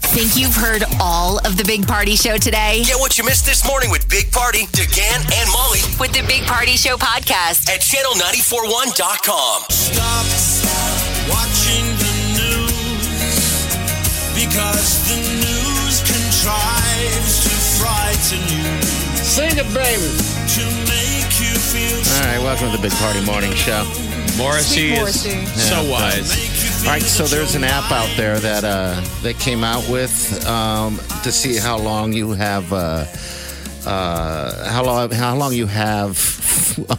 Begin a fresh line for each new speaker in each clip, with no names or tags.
Think you've heard all of the Big Party Show today?
Get what you missed this morning with Big Party, DeGan, and Molly
With the Big Party Show podcast.
at channel941.com.
Stop watching the news because the news contrives to frighten you,
Sing it, baby.
to make you feel
All right, welcome to the Big Party Morning Show.
Morrissey is so wise.
All right, so there's an app out there that uh, they came out with um, to see how long you have uh, uh, how long how long you have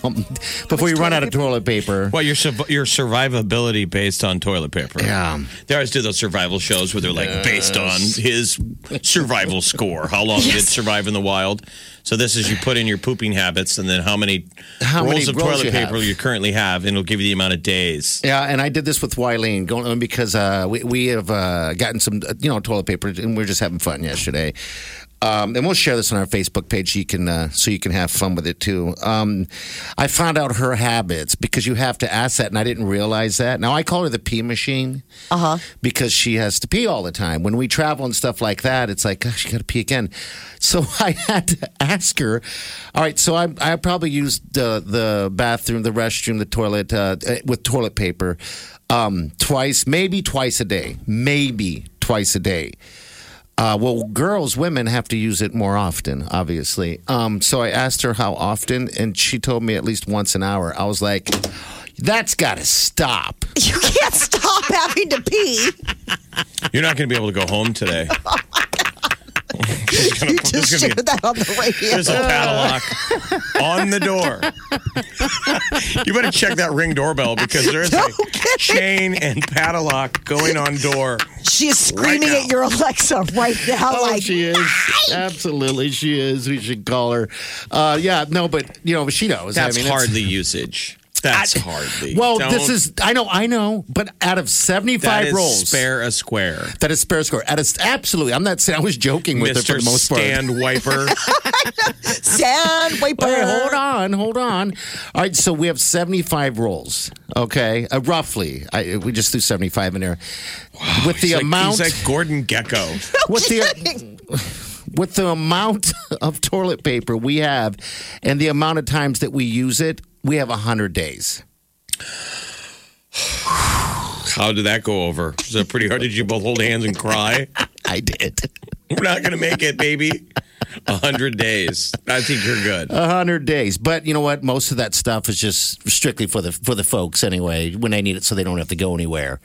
um, before you run out of toilet paper.
Well, your surv- your survivability based on toilet paper.
Yeah.
They always do those survival shows where they're like based on his survival score. How long did it survive in the wild? So this is you put in your pooping habits and then how many
How
rolls
many
of
rolls
toilet
you
paper
have.
you currently have, and it'll give you the amount of days.
Yeah, and I did this with Wileen going on because uh, we we have uh, gotten some you know toilet paper and we we're just having fun yesterday. Um, and we'll share this on our Facebook page. You can uh, so you can have fun with it too. Um, I found out her habits because you have to ask that, and I didn't realize that. Now I call her the pee machine because she has to pee all the time. When we travel and stuff like that, it's like, gosh, you got to pee again. So I had to ask her, all right, so I, I probably used the, the bathroom, the restroom, the toilet uh, with toilet paper um, twice, maybe twice a day, maybe twice a day. Uh, well, girls, women have to use it more often, obviously. Um, so I asked her how often, and she told me at least once an hour. I was like, that's got to stop.
You can't stop having to pee.
You're not going to be able to go home today. There's gonna-
You
there's
just
gonna be
shared
a
that on the radio.
There's a padlock on the door. you better check that ring doorbell because there's
No
a chain and padlock going on door.
She is screaming
Right now.
at your Alexa right now,
Oh,
like
she is. Absolutely, she is. We should call her. Uh, yeah, no, but you know, she knows.
That's
I mean, it's-
hardly usage. That's hardly.
Well,
Don't-
this is. I know. I know. But out of
that
seventy-five
is
rolls,
spare a square.
that is spare score. Out of absolutely. I'm not saying I was joking with her for the
Mr.
most part.
Stand wiper.
sand wiper.
Wait, hold on, hold on. All right, so we have 75 rolls, okay? Uh, roughly. I, we just threw 75 in there. with the
He's like-
amount
He's like Gordon Gecko.
with the with the amount of toilet paper we have and the amount of times that we use it, we have 100 days.
How did that go over? Was that pretty hard? Did you both hold hands and cry?
I did.
We're not going to make it, baby. A hundred days. I think you're good.
100 days. But you know what? Most of that stuff is just strictly for the for the folks anyway, when they need it so they don't have to go anywhere.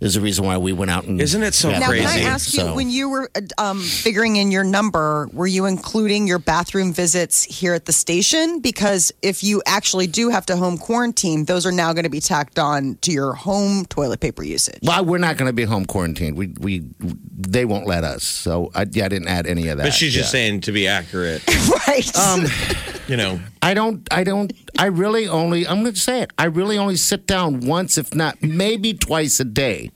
Is the reason why we went out and
Isn't it so
Yeah,
Now, can I
Crazy,
ask you,
so-
when you were um, figuring in your number, were you including your bathroom visits here at the station? Because if you actually do have to home quarantine, those are now going to be tacked on to your home toilet paper usage.
Well, we're not going to be home quarantined. We we they won't let us. So I, yeah, I didn't add any of that.
But she's just
Yeah.
saying to be accurate,
right.
Um,
you know.
I don't. I don't. I really only. I'm going to say it. I really only sit down once, if not maybe twice a day.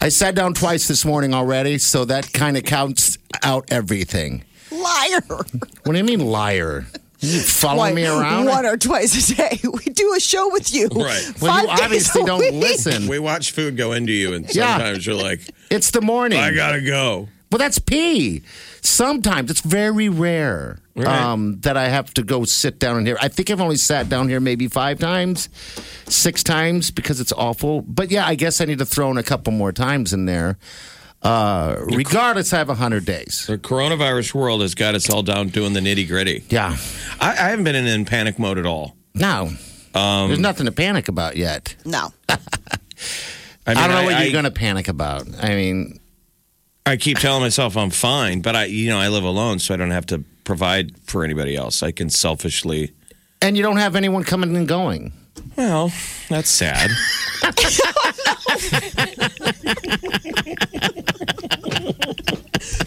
I sat down twice this morning already, so that kind of counts out everything.
Liar.
What do you mean, liar? You following me
Like,
around?
One or twice a day. We do a show with you.
Right.
well, you
Five days
obviously
a
don't
week.
listen.
We watch food go into you, and
Yeah.
sometimes you're like,
It's the morning.
I gotta go.
Well, that's pee. Sometimes it's very rare um, that I have to go sit down in here. I think I've only sat down here maybe five times, six times because it's awful. But yeah, I guess I need to throw in a couple more times in there. Uh, regardless, I have hundred days.
The coronavirus world has got us all down doing the nitty gritty.
Yeah,
I, I haven't been in, in panic mode at all.
no,
Um,
there's nothing to panic about yet.
No.
I,
I don't know
I,
what
I-
you're going to panic about. I mean,
I keep telling myself I'm fine, but I, you know, I live alone, so I don't have to provide for anybody else. I can selfishly.
and you don't have anyone coming and going.
Well, that's sad.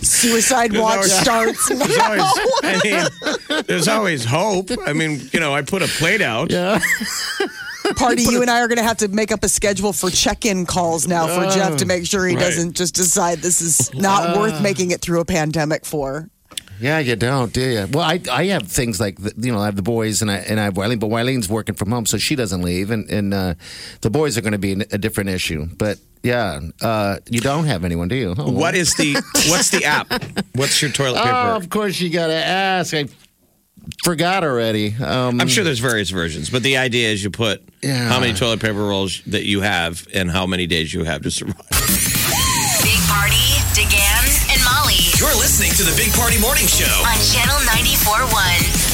suicide
There's
watch
always-
starts.
There's always, I mean, there's always hope. I mean, you know, I put a plate out.
Party, you and I are going to have to make up a schedule for check-in calls now for Jeff to make sure he
right.
doesn't just decide this is not worth making it through a pandemic for.
Yeah, you don't, do you? Well, I I have things like the, you know I have the boys and I and I have Wileen, but Wileen's working from home, so she doesn't leave, and and uh, the boys are going to be a different issue. But yeah, uh, you don't have anyone, do you? Oh,
What is the what's the app? What's your toilet paper?
well. Oh, of course you got to ask. I forgot already. Um,
I'm sure there's various versions, but the idea is you put
Yeah.
how many toilet paper rolls that you have and how many days you have to survive.
Big Party, DeGan, and Molly
You're listening to the Big Party Morning Show.
on Channel 94.1.